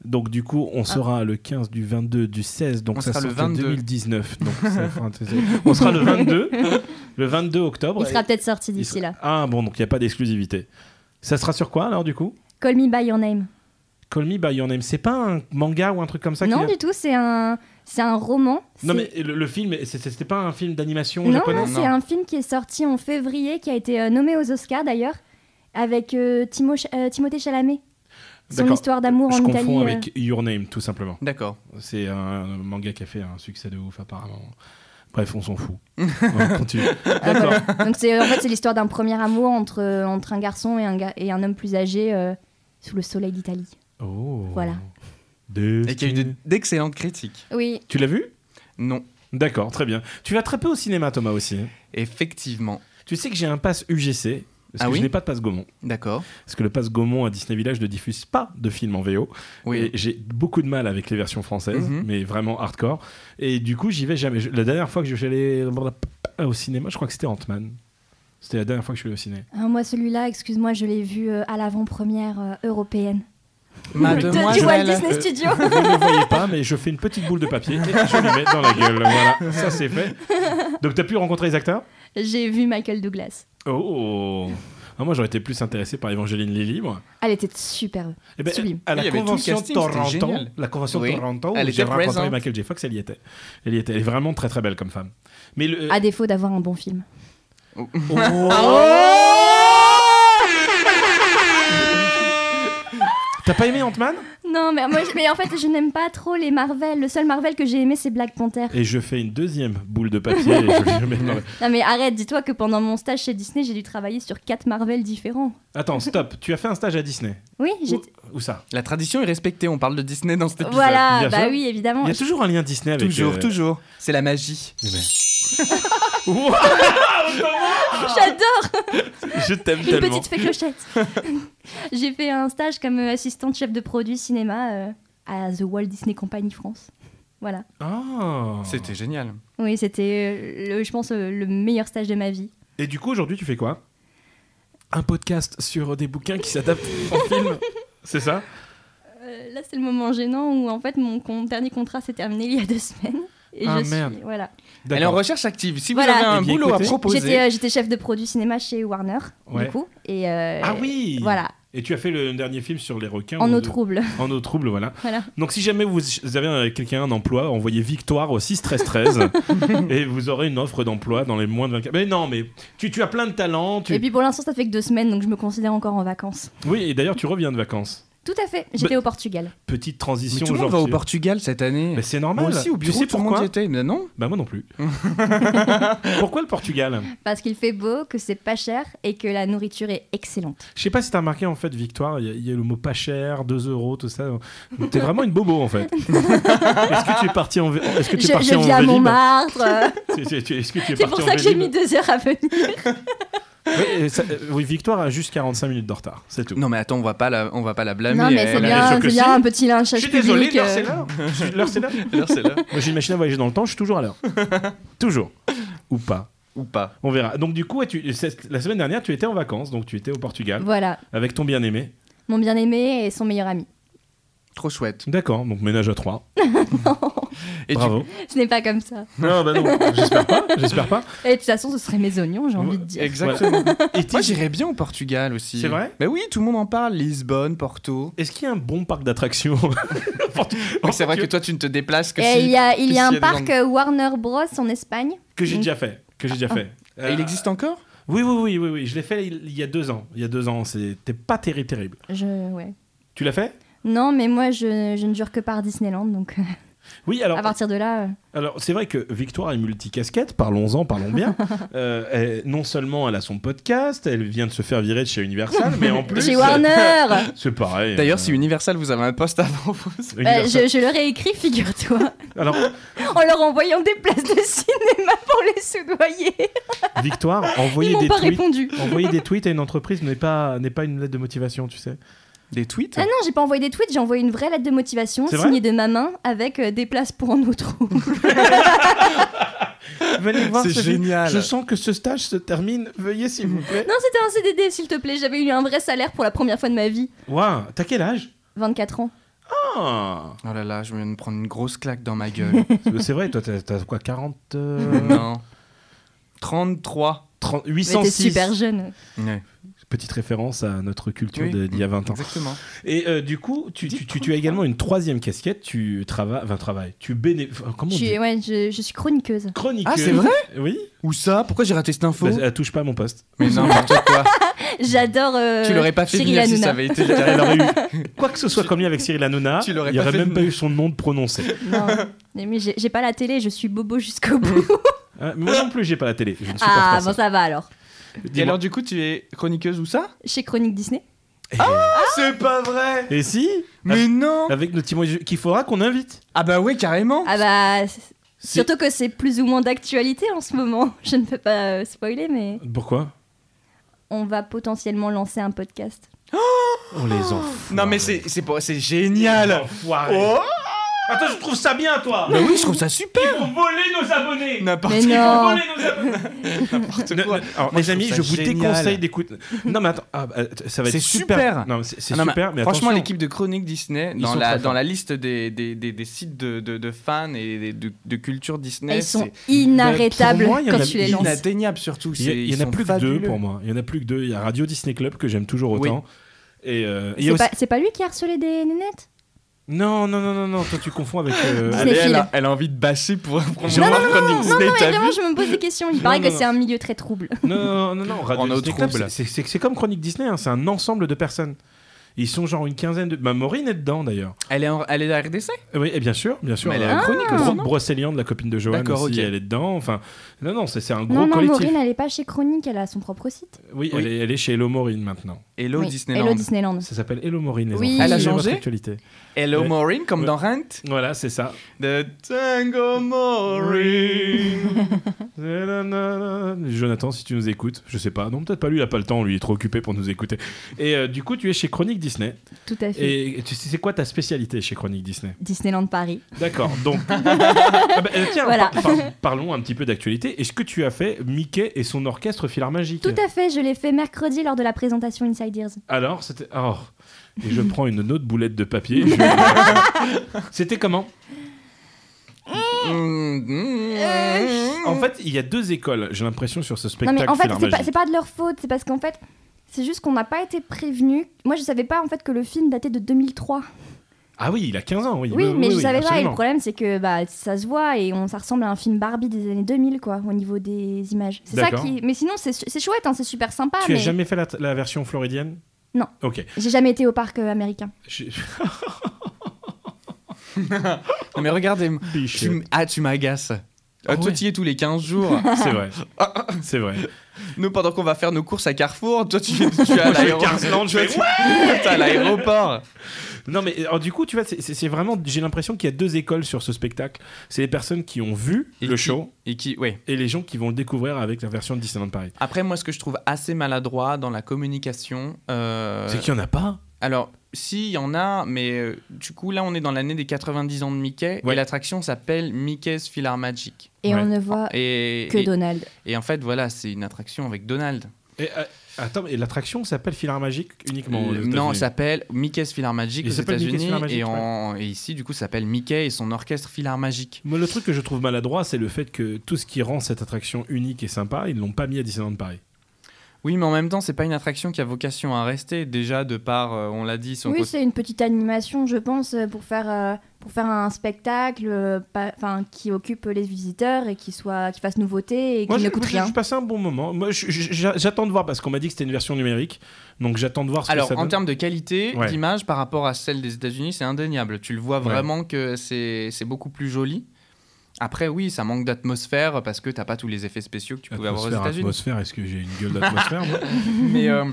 D: Donc du coup,
A: Ah.
D: on sera le 15, du 22, du 16. Donc
C: On
D: ça
C: sera le
D: sortira en
C: 22.
D: 2019. Donc ça fera un- on sera le 22. Le 22 octobre.
A: Il sera
D: Et-
A: peut-être sorti
D: il
A: d'ici
D: sera-
A: là.
D: Ah bon, donc il n'y a pas d'exclusivité. Ça sera sur quoi alors du coup
A: Call Me By Your Name.
D: Call Me By Your Name. C'est pas un manga ou un truc comme ça
A: non,
D: qu'il a-
A: du tout, c'est un, c'est un roman. C'est-
D: Non mais le, le film, c'est- c'était pas un film d'animation
A: Non,
D: japonais
A: non, c'est
C: Non.
A: un film qui est sorti en février, qui a été euh, nommé aux Oscars d'ailleurs, avec euh, Timo- euh, Timothée Chalamet. Son
D: D'accord.
A: histoire d'amour
D: Je
A: en
D: confonds
A: Italie. euh,
D: avec Your Name tout simplement.
C: D'accord.
D: C'est un manga qui a fait un succès de ouf apparemment. Bref, on s'en fout. on continue.
C: Ah,
D: D'accord.
A: Ah, Donc c'est en fait c'est l'histoire d'un premier amour entre euh, entre un garçon et un ga- et un homme plus âgé euh, sous le soleil d'Italie.
D: Oh.
A: Voilà.
D: Des-
C: Et qu'il y a eu de- d'excellentes critiques.
A: Oui.
D: Tu l'as vu
C: Non.
D: D'accord, très bien. Tu vas très peu au cinéma, Thomas aussi. hein.
C: Effectivement.
D: Tu sais que j'ai un pass UGC. Parce
C: Ah
D: que
C: oui
D: je n'ai pas de passe Gaumont.
C: D'accord.
D: Parce que le passe Gaumont à Disney Village ne diffuse pas de films en VO.
C: Oui.
D: Et j'ai beaucoup de mal avec les versions françaises,
C: Mhm.
D: mais vraiment hardcore. Et du coup, j'y vais jamais. Je- La dernière fois que je suis allé au cinéma, je crois que c'était Ant-Man. C'était la dernière fois que je suis allé au ciné.
A: Ah, moi celui-là, excuse-moi, je l'ai vu euh, à l'avant-première euh, européenne. Ah,
D: Ah,
A: De- du Walt
C: Mademoiselle.
A: Disney Studio.
D: Vous ne le voyez pas, mais je fais une petite boule de papier et je lui mets dans la gueule. Voilà, ça c'est fait. Donc, t'as pu rencontrer les acteurs
A: J'ai vu Michael Douglas.
D: Oh Ah, Moi, j'aurais été plus intéressé par Evangeline Lily, moi.
A: Elle était superbe.
D: Eh ben,
A: Sublime.
D: à
C: Il y
D: la
C: avait tout le
D: convention
C: casting, c'était
D: Toronto,
C: génial.
D: la convention
C: Oui.
D: Toronto,
C: Elle
D: où
C: était
D: j'ai rencontré
C: présente.
D: Michael J. Fox, elle y était. Elle y était. Elle est vraiment très très belle comme femme. Mais le. euh, oh.
A: À défaut d'avoir un bon film.
C: Oh
D: T'as pas aimé Ant-Man
A: Non, mais moi, je- mais en fait, je n'aime pas trop les Marvel. Le seul Marvel que j'ai aimé, c'est Black Panther.
D: Et je fais une deuxième boule de papier. et je lui mets dans la-
A: Non, mais arrête, dis-toi que pendant mon stage chez Disney, j'ai dû travailler sur quatre Marvel différents.
D: Attends, stop. Tu as fait un stage à Disney
A: Oui, j'ai.
D: Où, où ça
C: La tradition est respectée. On parle de Disney dans cet épisode.
A: Voilà,
D: bien
A: bah
D: sûr.
A: oui, évidemment.
D: Il y a toujours un lien Disney avec.
C: Toujours,
D: euh,
C: toujours. C'est la magie.
D: eh ben. Ouah,
A: J'adore
D: Ah.
E: Je t'aime
A: une
E: tellement.
A: petite fée clochette. j'ai fait un stage comme euh, assistante chef de produit cinéma euh, à The Walt Disney Company France. Voilà.
D: Ah.
C: C'était génial.
A: Oui, c'était, euh, le- je pense, euh, le meilleur stage de ma vie.
D: Et du coup, aujourd'hui, tu fais quoi Un podcast sur des bouquins qui s'adaptent en film. C'est ça
A: Euh, là, c'est le moment gênant où, en fait, mon con- dernier contrat s'est terminé il y a deux semaines. Et
D: Ah,
A: je
D: merde.
A: Suis, voilà.
C: Elle est en
D: D'accord.
C: recherche active. Si vous
A: Voilà.
C: avez un
D: Eh bien,
C: boulot
D: écoutez,
C: à proposer,
A: J'étais, euh, j'étais chef de produit cinéma chez Warner,
D: Ouais.
A: du coup. Et, euh,
D: Ah oui
A: Voilà,
D: Et tu as fait le dernier film sur les requins.
A: en
D: ou
A: eau
D: de-
A: trouble.
D: En eau trouble, voilà.
A: voilà.
D: Donc si jamais vous avez euh, quelqu'un en emploi, envoyez Victoire au 6 13 13 et vous aurez une offre d'emploi dans les moins de 24. Mais non, mais tu, tu as plein de talents. tu-
C: Eh
A: Et puis pour l'instant, ça fait que deux semaines, donc je me considère encore en vacances.
D: Oui, et d'ailleurs tu reviens de vacances.
A: Tout à fait, j'étais
D: Bah
A: au Portugal.
C: mais
D: Petite transition
C: tout le monde va au
D: aujourd'hui.
C: Portugal cette année.
D: Mais c'est normal.
C: Moi aussi, au bureau,
D: tu sais
C: tout le monde y
D: pourquoi
C: était. Mais non.
D: Bah moi non plus. pourquoi le Portugal
A: Parce qu'il fait beau, que c'est pas cher et que la nourriture est excellente.
D: Je sais pas si t'as remarqué en fait Victoire, il y a- il y, a le mot pas cher, 2 euros, tout ça. Donc, T'es vraiment une bobo en fait. Est-ce que tu es parti en vé- Est-ce que
A: Je,
D: tu es parti
A: je
D: en
A: vis à
D: Vélib
A: Montmartre. euh,
D: C'est- c'est- tu- Est-ce que tu es
A: c'est
D: parti
A: pour
D: en
A: ça que j'ai
D: Vélib
A: mis deux heures à venir.
D: Mais, euh, ça- euh, oui, Victoire a juste 45 minutes de retard, c'est tout.
C: Non mais attends, on va pas la, on va pas Bah euh, la blâmer.
A: Non, mais
C: elle-
A: c'est
D: mais
A: bien,
D: bien sûr que
A: c'est bien
D: si.
A: un petit
D: Je
A: lynchage
D: suis
A: public.
D: désolé, l'heure
A: euh,
D: c'est l'heure. Je suis- L'heure c'est l'heure.
C: L'heure, c'est là.
D: Moi j'ai une machine à voyager dans le temps, je suis toujours à l'heure. toujours. Ou pas.
C: Ou pas.
D: On verra. Donc du coup, tu- cette- la semaine dernière, tu étais en vacances, donc tu étais au Portugal
A: Voilà,
D: avec ton bien-aimé.
A: mon bien-aimé et son meilleur ami.
C: Trop chouette.
D: D'accord, donc ménage à trois.
C: Et tu-
D: Bravo.
A: Ce n'est pas comme ça.
D: Non, bah non, j'espère pas, j'espère pas.
A: Et de toute façon, ce serait mes oignons, j'ai envie de dire.
C: Exactement.
D: Et
C: Moi,
D: t'y-
C: j'irais bien au Portugal aussi.
D: C'est vrai
C: Mais oui, tout le monde en parle. Lisbonne, Porto.
D: Est-ce qu'il y a un bon parc d'attractions
C: Oui, c'est vrai que toi, tu ne te déplaces que
A: Et
C: si.
A: il y a, il y a un
C: que s'il y a des
A: parc euh, Warner Bros en Espagne.
D: que j'ai déjà fait, que j'ai
A: Ah.
D: déjà fait. Euh,
C: Et il existe encore
D: Oui, oui, oui, oui, oui. Je l'ai fait il il y a deux ans. Il y a deux ans, c'était pas terrible, terrible.
A: Je, ouais.
D: Tu l'as fait
A: Non, mais moi, je, je ne jure que par Disneyland, donc euh,
D: Oui, alors,
A: à partir de là. euh,
D: alors c'est vrai que Victoire est multicasquette, parlons-en, parlons bien. Euh, elle- non seulement elle a son podcast, elle vient de se faire virer de chez Universal, mais en plus.
A: Chez Warner
D: C'est pareil.
C: D'ailleurs,
D: euh,
C: si Universal vous avez un poste avant vous.
A: Euh,
D: Universal.
A: je, je leur ai écrit, figure-toi,
D: Alors,
A: en leur envoyant des places de cinéma pour les soudoyer.
D: Victoire,
A: Ils
D: envoyer
A: m'ont
D: des
A: pas
D: tweets.
A: répondu.
D: Envoyer des tweets à une entreprise n'est pas, n'est pas une lettre de motivation, tu sais.
C: Des tweets
A: Ah non, j'ai pas envoyé des tweets, j'ai envoyé une vraie lettre de motivation
D: C'est vrai
A: signée de ma main avec euh, des places pour un autre.
D: Venez voir
C: C'est
D: ce film.
C: génial.
D: Je sens que ce stage se termine. Veuillez, s'il vous plaît.
A: non, c'était un CDD, s'il te plaît. J'avais eu un vrai salaire pour la première fois de ma vie.
D: Waouh, t'as quel âge
A: 24 ans.
D: Ah.
C: Oh là là, je viens de prendre une grosse claque dans ma gueule.
D: C'est vrai, toi, t'as t'as quoi, 40. euh,
C: non. 33.
D: 30
A: Mais t'es
D: 806.
A: super jeune.
D: Petite référence à notre culture
C: Oui.
D: de- d'il y a 20 ans.
C: Exactement.
D: Et euh, du coup, tu, tu, tu- tu as également une troisième casquette. Tu travailles. Enfin, travailles. Tu bénéficies. Comment
A: Je
D: on dit
A: suis, ouais, je, je suis chroniqueuse.
D: Chroniqueuse.
C: Ah, c'est vrai
D: Oui.
C: Où ça Pourquoi j'ai raté cette info
D: Bah, elle touche pas à mon poste.
C: Mais n'importe quoi.
A: J'adore. euh,
C: tu l'aurais pas fait
A: Cyril
C: venir si
A: Hanouna.
C: ça avait été le cas.
D: Elle aurait eu quoi que ce soit comme lui avec Cyril Hanouna.
C: Tu
D: Il n'y
C: l'aurais
D: aurait
C: pas fait
D: même
C: de-
D: pas eu son nom de prononcé.
A: Non, mais mais j'ai j'ai pas la télé, je suis bobo jusqu'au bout.
D: Hein, mais moi non plus, j'ai pas la télé. Je ne supporte
A: ah,
D: pas
A: bon,
D: ça.
A: ça va alors.
C: Et
D: Dis-moi.
C: alors, du coup, tu es chroniqueuse où ça
A: Chez Chronique Disney Ah
C: Ah, C'est pas vrai
D: Et si
C: Mais non
D: Avec le Timon et Ju- qu'il faudra qu'on invite.
C: Ah bah ouais, carrément
A: Ah bah. c'est-
D: C'est-
A: Surtout que c'est plus ou moins d'actualité en ce moment. Je ne peux pas euh, spoiler, mais
D: Pourquoi
A: on va potentiellement lancer un podcast.
D: On Oh, les enfoirés.
C: Non mais c'est c'est pas- c'est génial Oh
D: Attends, je trouve ça bien, toi
C: Bah oui, je trouve ça super
D: Ils vont voler nos abonnés
A: Mais
C: N'importe
A: non
C: n'importe
D: Ne-
C: quoi.
D: ne- alors,
C: Moi, je
D: les amis,
C: trouve
D: je
C: ça
D: vous
C: génial.
D: déconseille d'écouter. Non, mais attends, ah, bah, att- ça va être
C: C'est
D: super.
C: super.
D: Non, mais c'est c'est
C: Ah non, mais
D: super, mais
C: franchement,
D: attention.
C: l'équipe de Chronique Disney,
D: Ils
C: dans
D: sont
C: la,
D: très
C: dans
D: forts.
C: la liste des, des, des, des sites de, de, de fans et des- de, de culture Disney,
A: Ah, Ils sont
C: c'est
A: inarrêtables
D: pour moi, il y en
A: quand
D: a-
A: tu les
D: il y en a-
A: lances.
C: inatteignable surtout.
D: Il y, a-
C: c'est-
D: il y
C: ils
D: en a
C: sont
D: plus que
C: fabuleux.
D: deux pour moi. Il y en a plus que deux. Il y a Radio Disney Club que j'aime toujours
C: Oui.
D: autant. Et euh, il y a
A: C'est
D: aussi-
A: pas, c'est pas lui qui a harcelé des nénettes
D: Non, non, non, non, non, toi tu confonds avec. euh,
A: Disney
C: Allez, elle,
A: Cinéphile.
C: a, elle a envie de bâcher pour pour
D: Non,
C: voir
D: non,
C: Chronique
A: Non,
C: Disney,
A: non, mais
C: t'as vu
A: vraiment, je me pose des questions. Il paraît
D: non,
A: que
D: non.
A: c'est un milieu très trouble.
D: Non, non, non, non, Radio
C: En eau
D: Disney Club,
C: trouble.
D: c'est- c'est c'est comme Chronique Disney, hein, c'est un ensemble de personnes. Ils sont genre une quinzaine de. Bah, Maureen est dedans d'ailleurs.
C: Elle est, en, elle est à RDC
D: Euh, Oui, et bien sûr, bien sûr.
C: Mais elle est
D: euh,
C: à Chronique
D: Bro-
C: aussi, non
D: Brocéliande, la copine de Johan,
C: D'accord,
D: aussi,
C: ok.
D: elle est dedans. Enfin, non, non, c'est c'est un gros
A: Non, non,
D: collectif.
A: Maureen, elle est pas chez Chronique, elle a son propre site.
D: Oui,
C: Oui.
D: Elle, est, elle est chez Hello Maureen maintenant.
C: Hello
A: Oui,
C: Disneyland.
A: Hello Disneyland.
D: Ça s'appelle Hello Maureen, les
A: Oui.
D: enfants.
A: Elle a
D: C'est votre
C: changé
D: actualité.
C: Hello
D: Ouais.
C: Maureen, comme
D: Ouais.
C: dans Rent.
D: Voilà, c'est ça.
C: The Tango Maureen.
D: Jonathan, si tu nous écoutes, je sais pas. Non, peut-être pas lui, il a pas le temps, lui, il est trop occupé pour nous écouter. Et euh, du coup, tu es chez Chronique Disney.
A: Tout à fait.
D: Et tu sais, c'est quoi ta spécialité chez Chronique Disney
A: Disneyland Paris.
D: D'accord, donc. Ah bah, euh, tiens,
A: Voilà.
D: par- par- parlons un petit peu d'actualité. Est-ce que tu as fait Mickey et son orchestre Philharmagique
A: Tout à fait, je l'ai fait mercredi lors de la présentation Inside Ears.
D: Alors, c'était. Oh. Et je prends une autre boulette de papier. je- c'était comment
C: Mm-hmm.
D: En fait, il y a deux écoles, j'ai l'impression, sur ce
A: Non,
D: spectacle.
A: mais en fait, c'est pas,
D: Philharmagique.
A: c'est pas de leur faute, c'est parce qu'en fait, c'est juste qu'on n'a pas été prévenu. Moi, je savais pas en fait que le film datait de 2003.
D: Ah oui, il a 15 ans, oui.
A: Oui, mais je
D: oui,
A: savais pas. Et
D: absolument.
A: le problème, c'est que bah, ça se voit et on, ça ressemble à un film Barbie des années 2000, quoi, au niveau des images. C'est ça
D: D'accord.
A: qui. Mais sinon, c'est c'est chouette, hein, c'est super sympa.
D: Tu
A: mais
D: as jamais fait la, la version floridienne
A: Non.
D: Ok.
A: J'ai jamais été au parc euh, américain.
D: Je-
C: Non, mais regardez, tu, m- ah, tu m'agaces. à Toi, tous les 15 jours.
D: C'est vrai. C'est vrai.
C: Nous, pendant qu'on va faire nos courses à Carrefour, toi, tu, tu es à l'aéroport.
D: Carseland, je
C: Toi, Ah, tu- t'es à l'aéroport.
D: Non, mais alors, du coup, tu vois, c'est- c'est c'est vraiment. J'ai l'impression qu'il y a deux écoles sur ce spectacle. C'est les personnes qui ont vu
C: Et
D: le
C: qui-
D: show
C: Et qui, oui.
D: et les gens qui vont le découvrir avec la version de Disneyland Paris.
C: Après, moi, ce que je trouve assez maladroit dans la communication. euh,
D: C'est qu'il n'y en a pas.
C: Alors, si, il y en a, mais euh, du coup, là, on est dans l'année des 90 ans de Mickey.
D: Ouais.
C: Et l'attraction s'appelle Mickey's Philar Magic.
A: Et
D: Ouais.
A: on ne voit
C: Et,
A: Ah, que
C: et-
A: Donald.
C: et en fait, voilà, c'est une attraction avec Donald.
D: Et, euh, attends, et l'attraction s'appelle Filar Magique uniquement. aux
C: Euh, non,
D: États-Unis.
C: ça s'appelle Mickey's Philar Magic
D: Il
C: aux
D: s'appelle Mickey's
C: États-Unis.
D: Philar Magic,
C: Et, en- et ici, du coup, ça s'appelle Mickey et son orchestre Philar Magic.
D: Mais le truc que je trouve maladroit, c'est le fait que tout ce qui rend cette attraction unique et sympa, ils l'ont pas mis à Disneyland Paris.
C: Oui, mais en même temps, c'est pas une attraction qui a vocation à rester. Déjà, de par, euh, on l'a dit, son
A: Oui,
C: côté-
A: c'est une petite animation, je pense, euh, pour faire, euh, pour faire un spectacle euh, pas- enfin, qui occupe les visiteurs et qui, soit, qui fasse nouveauté et qui
D: Moi,
A: ne
D: j'ai
A: coûte
D: j'ai-
A: rien.
D: j'ai passé un bon moment. Moi, je- je- j'a- j'attends de voir parce qu'on m'a dit que c'était une version numérique, donc j'attends de voir ce
C: Alors,
D: que ça
C: en
D: donne.
C: termes de qualité
D: Ouais.
C: d'image par rapport à celle des États-Unis, c'est indéniable. Tu le vois vraiment que c'est c'est beaucoup plus joli. Après, oui, ça manque d'atmosphère parce que t'as pas tous les effets spéciaux que tu pouvais avoir aux
D: Atmosphère,
C: États-Unis.
D: atmosphère, est-ce que j'ai une gueule d'atmosphère moi
C: Mais, euh,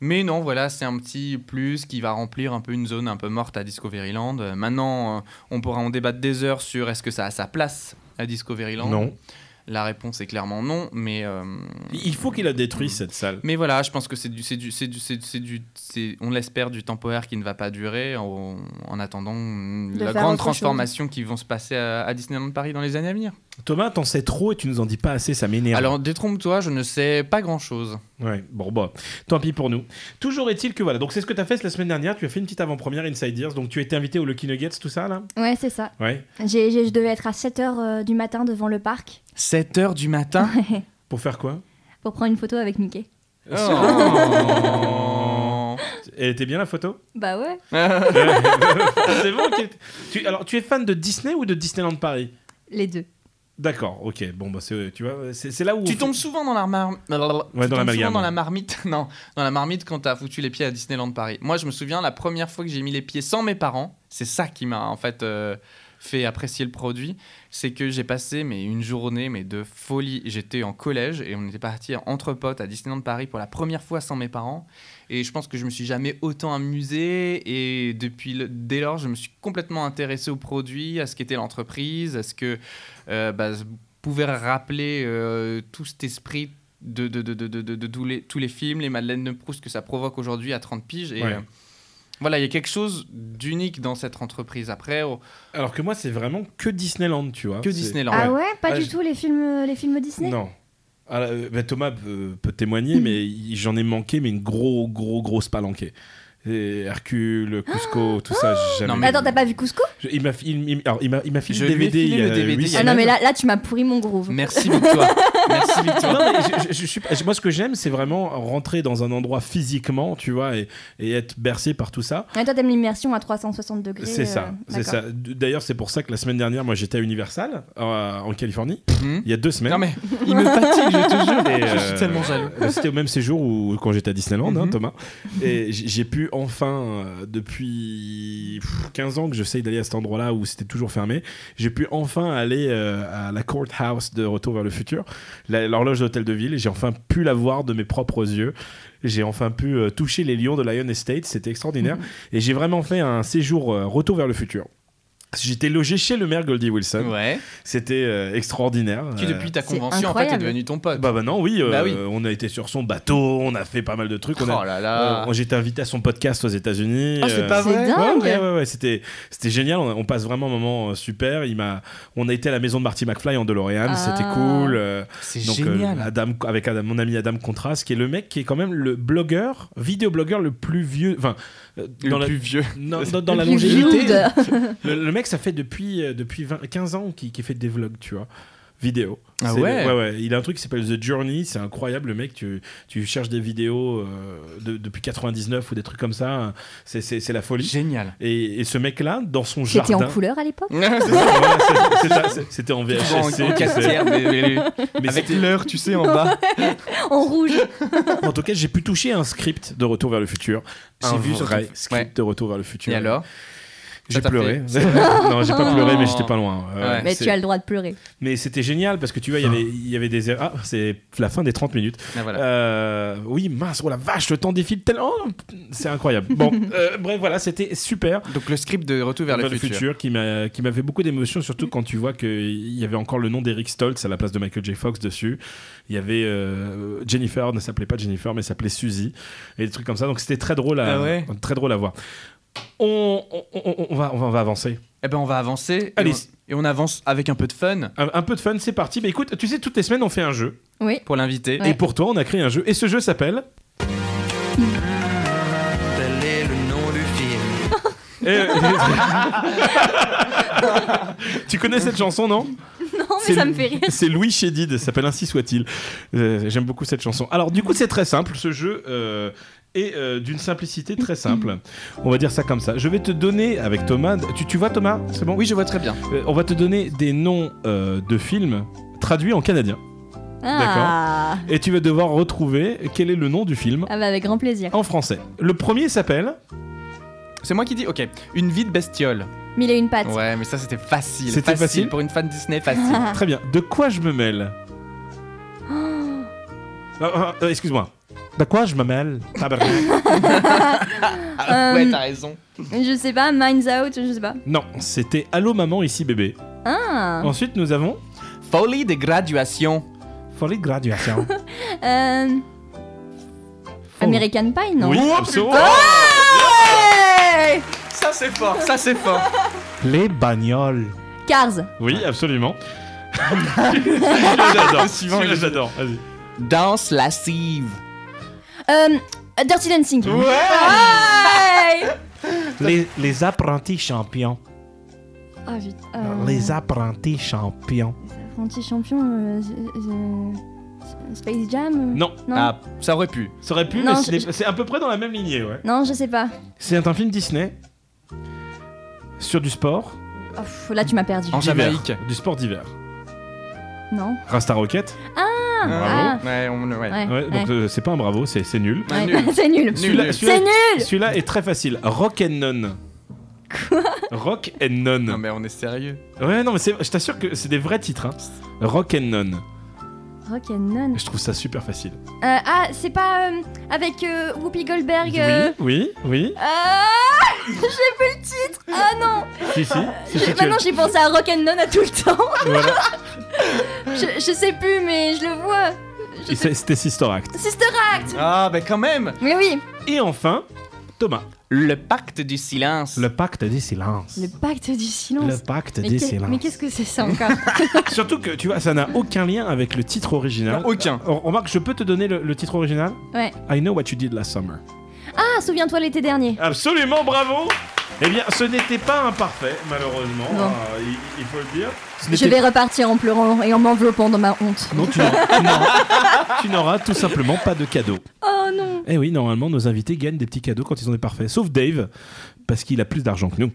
C: mais non, voilà, c'est un petit plus qui va remplir un peu une zone un peu morte à Discoveryland. Euh, Maintenant, euh, on pourra en débattre des heures sur est-ce que ça a sa place à Discoveryland.
D: Non.
C: La réponse est clairement non, mais. euh,
D: Il faut qu'il la détruise cette salle.
C: mais voilà, je pense que c'est du, c'est du, c'est du, c'est c'est du, c'est- on l'espère du temporaire qui ne va pas durer en, en attendant la
A: faire
C: grande
A: autre
C: transformation qui vont se passer à, à Disneyland Paris dans les années à venir.
D: Thomas, t'en sais trop et tu nous en dis pas assez, ça m'énerve.
C: Alors détrompe-toi, je ne sais pas grand-chose.
D: Ouais, bon, bah, tant pis pour nous. Toujours est-il que voilà, donc c'est ce que t'as fait la semaine dernière, tu as fait une petite avant-première Inside Ears, donc tu étais invité au Lucky Nuggets, tout ça là
A: Ouais, c'est ça.
D: Ouais.
A: J'ai- j'ai- je devais être à 7h du matin devant le parc
C: 7 heures du matin
D: Pour faire quoi
A: pour prendre une photo avec Mickey.
C: Oh.
D: Elle était bien la photo Ah,
A: Bah ouais.
D: C'est bon qu'elle- tu, Alors, tu es fan de Disney ou de Disneyland Paris
A: Les deux.
D: D'accord, ok, bon, bah, c'est, tu vois, c'est, c'est là où.
C: Tu tombes souvent dans la marmite.
D: dans l'amalgame.
C: dans la marmite. Non, dans la marmite quand t'as foutu les pieds à Disneyland Paris. Moi, je me souviens la première fois que j'ai mis les pieds sans mes parents. C'est ça qui m'a en fait euh, fait apprécier le produit. C'est que j'ai passé mais une journée mais de folie. J'étais en collège et on était parti entre potes à Disneyland Paris pour la première fois sans mes parents. Et je pense que je me suis jamais autant amusé. Et depuis le- dès lors, je me suis complètement intéressé au produit, à ce qu'était l'entreprise, à ce que euh, bah, pouvait rappeler euh, tout cet esprit de, de, de, de, de, de- de tous, les, tous les films, les Madeleines de Proust que ça provoque aujourd'hui à 30 piges. Et
D: Ouais.
C: euh, voilà, il y a quelque chose d'unique dans cette entreprise. Après, oh,
D: Alors que moi, c'est vraiment que Disneyland, tu vois.
C: que
D: C'est-
C: Disneyland.
A: Ah ouais Pas
D: Ah,
A: du
D: je-
A: tout les films, euh, les films Disney
D: Non. Ah, euh, bah, Thomas peut, peut témoigner, mais il- j'en ai manqué, mais une gros, gros, grosse palanquée. Et Hercule, Cusco, tout ça, j'ai jamais.
C: Non,
A: Mais attends,
D: vu.
A: t'as pas vu Cusco
D: Je- il m'a il, il- alors, il m'a il m'a filé
C: Je
D: le
C: lui ai
D: DVD il
C: filé
D: y a Mm.
C: le DVD
D: huit
C: il y a
A: Ah non,
C: même-
D: semaines.
A: mais là, là tu m'as pourri mon groove.
C: Merci Victoire. Merci Victoire.
D: Non, mais je- je- je suis pas- moi, ce que j'aime, c'est vraiment rentrer dans un endroit physiquement, tu vois, et, et être bercé par tout ça.
A: Et toi, t'aimes l'immersion à 360 degrés.
D: C'est
A: euh,
D: ça, c'est
A: d'accord.
D: ça. D'ailleurs, c'est pour ça que la semaine dernière, moi, j'étais à Universal euh, en Californie,
C: Hmm.
D: il y a deux semaines.
C: Non mais il me fatigue, je te jure.
D: Et,
C: je
D: euh,
C: suis tellement jaloux.
D: Euh, C'était au même séjour où quand j'étais à Disneyland, hein,
C: Mhm.
D: Thomas. Et j- j'ai pu enfin, euh, depuis pff, 15 ans que j'essaye d'aller à cet endroit-là où c'était toujours fermé, j'ai pu enfin aller euh, à la courthouse de Retour vers le futur, la- l'horloge d'hôtel de ville. et J'ai enfin pu la voir de mes propres yeux. J'ai enfin pu euh, toucher les lions de Lion Estate. C'était extraordinaire.
C: Mhm.
D: Et j'ai vraiment fait un séjour euh, Retour vers le futur. J'étais logé chez le maire Goldie Wilson.
C: Ouais.
D: C'était euh, extraordinaire.
C: Qui
D: Euh,
C: depuis ta
A: C'est
C: convention en fait est
A: incroyable.
C: devenu ton pote.
D: bah maintenant oui, euh,
C: Bah oui.
D: on a été sur son bateau, on a fait pas mal de trucs. On a,
C: oh là là.
D: on- j'étais invité à son podcast aux États-Unis.
C: Ah, c'est
D: euh,
C: pas
A: C'est
C: vrai.
A: dingue.
D: Ouais, ouais, ouais, ouais, c'était, c'était génial. On, a- on passe vraiment un moment euh, super. Il m'a, on a été à la maison de Marty McFly en DeLorean.
A: Ah.
D: C'était cool. euh,
C: C'est
D: donc, euh,
C: génial.
D: Adam, avec Adam- mon ami Adam Contras, qui est le mec qui est quand même le blogueur, vidéoblogueur le plus vieux. Enfin, euh,
C: le
D: dans la,
C: plus vieux.
D: non, dans- dans
A: Le
D: la
A: plus
D: longévité.
A: vieux de-
D: Le, le mec, ça fait depuis, euh, depuis 20 15 ans qu'il qu'il fait des vlogs, tu vois. Vidéo.
C: Ah
D: C'est-
C: ouais
D: ouais, Il a un truc qui s'appelle The Journey, c'est incroyable, le mec. Tu, tu cherches des vidéos euh, de- depuis 99 ou des trucs comme ça. C'est- C'est c'est la folie.
C: Génial.
D: Et, et ce mec-là, dans son
A: C'était en
D: jardin.
A: couleur à l'époque
D: C'est ça, voilà, c'est- c'est ça, c'est- C'était en
C: En, en
D: VHS.
C: quatre tiers, mais- mais- avec l'heure, tu sais, en bas.
A: En rouge.
D: En tout cas, j'ai pu toucher un script de Retour vers le futur.
C: J'ai
D: un
C: vu sur ton-
D: vrai script
C: Ouais.
D: de Retour vers le futur.
C: Et alors
D: J'ai
C: t'a
D: pleuré.
C: fait-
D: non, j'ai pas pleuré, mais
C: Non.
D: j'étais pas loin. Euh,
C: Ouais.
A: Oh. Mais
D: c'est-
A: tu as le droit de pleurer.
D: mais c'était génial parce que tu vois, il y avait- il y avait des. Ah, c'est la fin des 30 minutes.
C: Ah, voilà.
D: Euh, oui, mince, oh la vache, le temps défile tellement. c'est incroyable. Bon, euh, bref, voilà, c'était super.
C: Donc le script de Retour vers,
D: Vers
C: le, futur.
D: qui m'a qui m'a fait beaucoup d'émotions, surtout quand tu vois qu'il y avait encore le nom d'Eric Stoltz à la place de Michael J. Fox dessus. Il y avait euh, Jennifer, ne s'appelait pas Jennifer, mais s'appelait Suzy, et des trucs comme ça. Donc c'était très drôle à
C: Ah ouais
D: très drôle à voir. On, on- on- on va, on va on va avancer.
C: Eh ben on va avancer.
D: Allez.
C: Et on, et on avance avec un peu de fun
D: Un, un peu de fun, c'est parti. Mais écoute, tu sais, toutes les semaines on fait un jeu,
A: Oui.
C: pour l'inviter.
A: Ouais.
D: et pour toi on a créé un jeu, et ce jeu s'appelle.
F: Tel est le nom du film.
D: Euh, eh. tu connais cette chanson, non
A: Non, mais
D: C'est-
A: ça me fait rire.
D: C'est Louis Chédid, s'appelle ainsi soit-il. Euh, J'aime beaucoup cette chanson. Alors du coup c'est très simple, ce jeu euh, est euh, d'une simplicité très simple. On va dire ça comme ça. Je vais te donner avec Thomas, tu, tu vois Thomas C'est bon
C: Oui, je vois très bien.
D: Euh, On va te donner des noms euh, de films traduits en canadien.
A: Ah.
D: Et tu vas devoir retrouver quel est le nom du film
A: ah bah avec grand plaisir.
D: en français. Le premier s'appelle...
C: C'est moi qui dis, ok, une vie de bestiole.
A: Mille et une pattes.
C: Ouais, mais ça c'était facile.
D: C'était facile
C: Pour une fan Disney, facile.
A: Ah.
D: Très bien. De quoi je me mêle Ah, ah, ah, Excuse-moi. De quoi je me mêle Tabarnak.
C: Ah,
A: Euh,
C: ouais, t'as raison.
A: Je sais pas, Minds Out, je sais pas.
D: Non, c'était Allô maman ici bébé.
A: Ah.
D: Ensuite, nous avons
C: Folie de graduation.
D: Folie de graduation.
A: Euh, American Pie, non
D: Oui,
C: Oh,
D: absolument.
A: Hey
C: Ça c'est fort, ça c'est fort.
D: Les bagnoles.
A: Cars.
D: Oui, absolument. Celui-là, j'adore. Celui-là, j'adore. Vas-y.
C: Danse lascive.
A: Euh, Dirty Dancing. Hey
D: Les, les apprentis champions.
A: Ah putain. euh,
D: Les apprentis champions.
A: Apprenti champion. euh, euh, Space Jam. euh,
D: Non,
A: Non.
C: Ah, ça aurait pu.
D: ça aurait pu,
A: Non,
D: mais
A: je-
D: ce n'est- c'est à peu près dans la même lignée, ouais.
A: Non, je sais pas.
D: C'est un film Disney sur du sport.
A: Oh, pff, là, tu m'as perdu.
C: En
D: d'hiver.
C: Jamaïque.
D: Du sport d'hiver.
A: Non.
D: Rasta Rocket.
C: Ah, Ouais, on, ouais.
A: Ouais.
D: Ouais, donc euh, c'est pas un bravo, c'est c'est nul.
C: Ah,
A: ouais.
C: nul.
A: c'est nul.
D: Celui-là-
C: nul.
A: C'est
D: celui-là-
A: nul.
D: Celui-là est très facile. Rock and None. Quoi Rock and None.
C: Non mais on est sérieux.
D: Ouais, non, mais c'est- je t'assure que c'est des vrais titres. Hein. Rock and None.
A: Rock and None.
D: Je trouve ça super facile.
A: Euh, ah, c'est pas euh, avec euh, Whoopi Goldberg. euh,
D: Oui, oui, oui.
A: Ah J'ai plus le titre. Ah non.
D: si, si. si, si,
A: J'ai-
D: tu-
A: Maintenant, j'ai pensé à Rock and None à tout le temps.
D: voilà.
A: je, je sais plus, mais je le vois. Je
D: Et
A: sais-
D: c'est- C'était Sister Act.
A: Sister Act.
C: Ah, bah quand même.
A: Mais oui.
D: Et enfin, Thomas.
C: Le pacte du silence.
D: Le pacte des silences.
A: Le pacte du silence.
D: Le pacte
A: mais
D: des
A: qu'est-
D: silences.
A: mais qu'est-ce que c'est ça encore
D: Surtout que, tu vois, ça n'a aucun lien avec le titre original.
C: Non, aucun.
D: On Remarque, Oh, je peux te donner le, le titre original
A: Ouais.
D: I Know What You Did Last Summer.
A: Ah, souviens-toi l'été dernier.
D: Absolument, bravo Eh bien, ce n'était pas imparfait, malheureusement,
A: Non.
D: euh, il, il faut le dire. Ce
A: Je
D: n'était-
A: vais repartir en pleurant et en m'enveloppant dans ma honte.
D: Non, tu n'auras- tu n'auras- tu n'auras tout simplement pas de cadeau.
A: Oh non.
D: Eh oui, normalement, nos invités gagnent des petits cadeaux quand ils ont des parfaits. Sauf Dave, parce qu'il a plus d'argent que nous.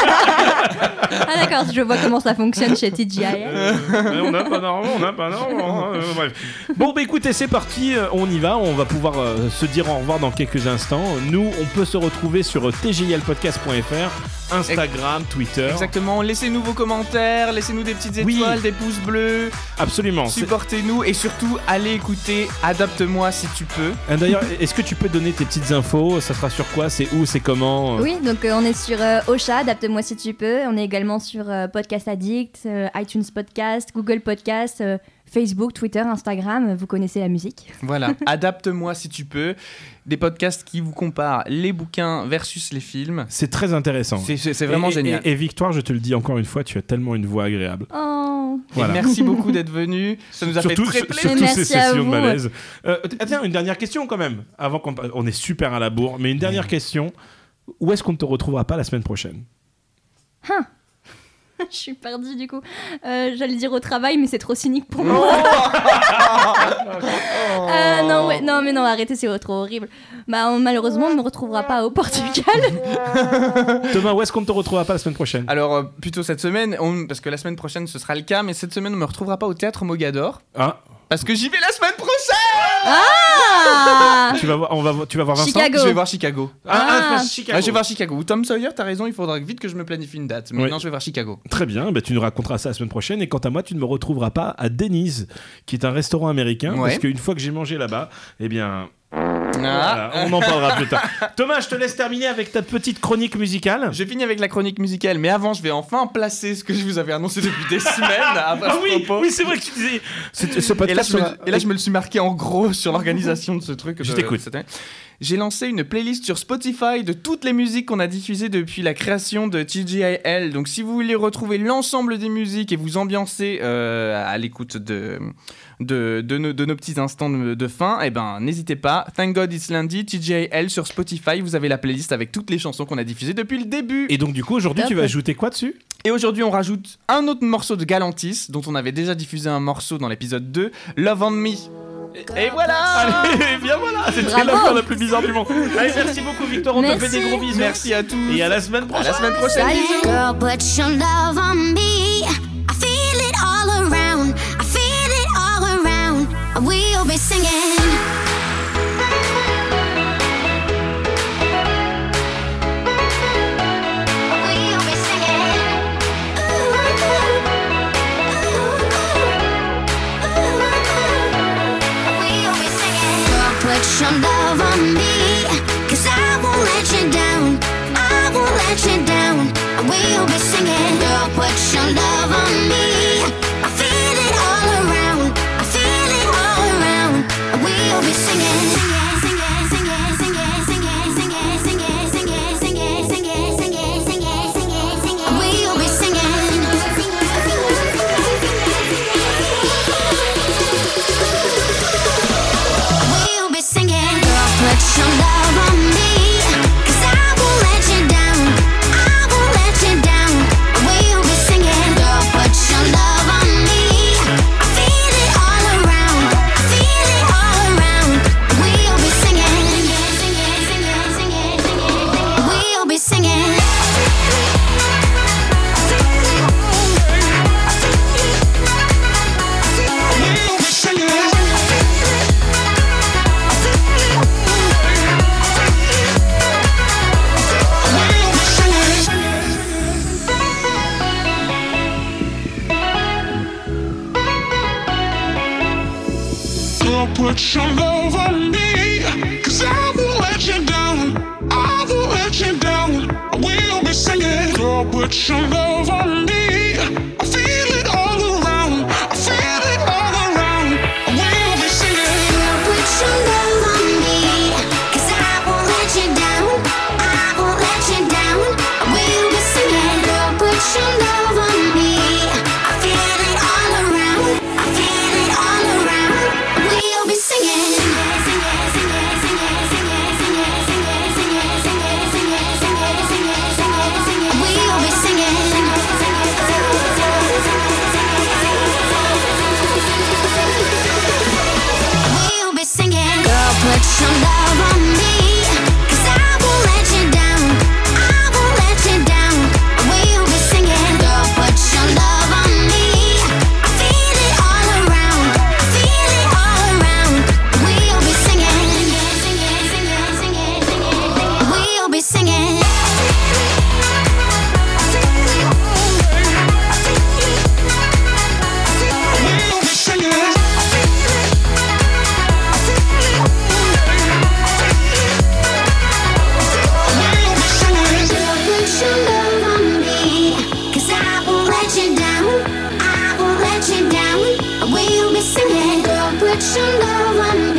A: Ah d'accord, je vois comment ça fonctionne chez TGI.
D: Euh, on n'a pas d'argent, on n'a pas d'argent. hein, euh, Bon, bah écoutez, c'est parti, euh, on y va. On va pouvoir euh, se dire au revoir dans quelques instants. Nous, on peut se retrouver sur euh, tjlpodcast.fr, Instagram, Twitter.
C: Exactement, laissez-nous vos commentaires, laissez-nous des petites
D: Oui.
C: étoiles, des pouces bleus,
D: Absolument. C'est-
C: supportez-nous et surtout allez écouter Adapte-moi si tu peux.
D: Euh, D'ailleurs, est-ce que tu peux donner tes petites infos Ça sera sur quoi C'est où C'est comment euh,
A: Oui, donc euh, on est sur euh, Ocha, adapte-moi si tu peux. On est également sur euh, Podcast Addict, euh, iTunes Podcast, Google Podcast, euh, Facebook, Twitter, Instagram. Vous connaissez la musique.
C: Voilà, Adapte-moi si tu peux, des podcasts qui vous comparent les bouquins versus les films.
D: C'est très intéressant.
C: C'est- C'est c'est vraiment
D: Et-
C: génial.
D: Et, et Victoire, je te le dis encore une fois, tu as tellement une voix agréable.
A: Oh.
C: Et
D: Voilà.
C: merci beaucoup d'être venu. Ça nous a
D: surtout,
C: fait très
D: sur-
C: plaisir.
D: surtout
A: Merci
D: ces
A: à
D: sessions de
A: vous.
D: malaise. Euh, t- tiens, une dernière question quand même. Avant qu'on, pa- on est super à la bourre, mais une dernière question. Où est-ce qu'on ne te retrouvera pas la semaine prochaine
A: je suis perdue du coup. Euh, J'allais dire au travail, mais c'est trop cynique pour moi. Euh, non, ouais, non, mais non, arrêtez, c'est trop horrible. Bah, on- malheureusement, on ne me retrouvera pas au Portugal.
D: Thomas, où est-ce qu'on ne te retrouvera pas la semaine prochaine
C: Alors, euh, plutôt cette semaine, on- parce que la semaine prochaine ce sera le cas, mais cette semaine on me retrouvera pas au théâtre Mogador.
D: Ah,
C: Parce que j'y vais la semaine prochaine
A: Ah
D: Tu vas voir, on va, voir- tu vas voir Vincent.
A: Chicago.
C: Je vais voir Chicago.
A: Ah.
D: ah, Chicago.
C: Ah, je vais voir Chicago. Ou Tom Sawyer, t'as raison, il faudra vite que je me planifie une date. Mais
D: Oui.
C: non, je vais voir Chicago.
D: Très bien, bah, tu nous raconteras ça la semaine prochaine. Et quant à moi, tu ne me retrouveras pas à Denny's, qui est un restaurant américain,
C: Ouais.
D: parce qu'une fois que j'ai mangé là-bas, eh bien,
C: Ah.
D: voilà, on en parlera plus tard. Thomas, je te laisse terminer avec ta petite chronique musicale.
C: Je finis avec la chronique musicale, mais avant, je vais enfin placer ce que je vous avais annoncé depuis des semaines. Après
D: Ah
C: ce
D: oui,
C: propos.
D: oui, c'est vrai que tu disais. Ce, ce
C: Et là,
D: podcast
C: je me,
D: sera-
C: et là, je me le suis marqué en gros sur l'organisation de ce truc.
D: Je
C: de-
D: t'écoute.
C: cette année. J'ai lancé une playlist sur Spotify de toutes les musiques qu'on a diffusées depuis la création de TGIL. Donc, si vous voulez retrouver l'ensemble des musiques et vous ambiancer euh, à l'écoute de, de, de nos, de nos petits instants de, de fin, eh ben, n'hésitez pas. Thank God It's Lundi, TGIL sur Spotify. Vous avez la playlist avec toutes les chansons qu'on a diffusées depuis le début.
D: Et donc, du coup, aujourd'hui,
A: Top.
D: tu vas ajouter quoi dessus
C: Et aujourd'hui, on rajoute un autre morceau de Galantis, dont on avait déjà diffusé un morceau dans l'épisode 2, Love on Me. Et, et voilà
D: Allez, bien voilà, c'était
A: Bravo.
D: la fin la plus bizarre du monde. Allez, merci beaucoup, Victor. On te
A: Merci.
D: fait des gros bisous.
C: Merci à tous
D: Et à la semaine
C: À la
D: prochaine.
C: semaine prochaine
A: Salut.
C: bisous.
G: Girl, but your love on me. I feel it all around. I feel it all around. We'll be singing. We'll be singing. Ooh, ooh, ooh, ooh, ooh. Girl, put your love on me. Cause I won't let you down. I won't let you down. I will be singing. Girl, put your love on me. I feel it all around. I feel it all around. I will be singing. Singing, singing, singing, singing, singing, singing, singing, singing, singing, singing, singing, singing, singing. I will be singing. We'll be singing. Girl, put your love on me. 'Cause I won't let you down. I won't let you down. We'll be singing. Girl, put your love on me. I feel it all around. I feel it all around. We'll be singing. Singing, singing, singing, singing, singing, singing. We'll be singing.
H: Girl, put your love on me. Cause I won't let you down. I won't let you down. I will be singing. Girl, put your love on me. I feel it all around. I feel it all around. I will be singing.
G: Girl, put your love on me, 'cause I won't let you down. I won't let you down. I will be singing. Girl, put your love on me. I feel it all around. I feel it all around. We'll be singing. Singing, singing, singing, singing, singing, singing, singing, singing, singing, singing, singing, singing, singing, singing. We'll be singing. Singing, singing, singing, singing, We'll be singing. Girl, put your love on me. 'Cause I won't let you down. I won't let you down. We'll be singing. Girl, put your love on me. I feel it all around. I feel it all around. We'll be singing. Singing, singing, singing, singing, singing, singing. We'll be singing.
H: We'll be singing.
G: Put
H: We'll be singing.
G: your love on me, 'cause I won't let you down. I won't let you down. I will be singing. Girl, put your love on me.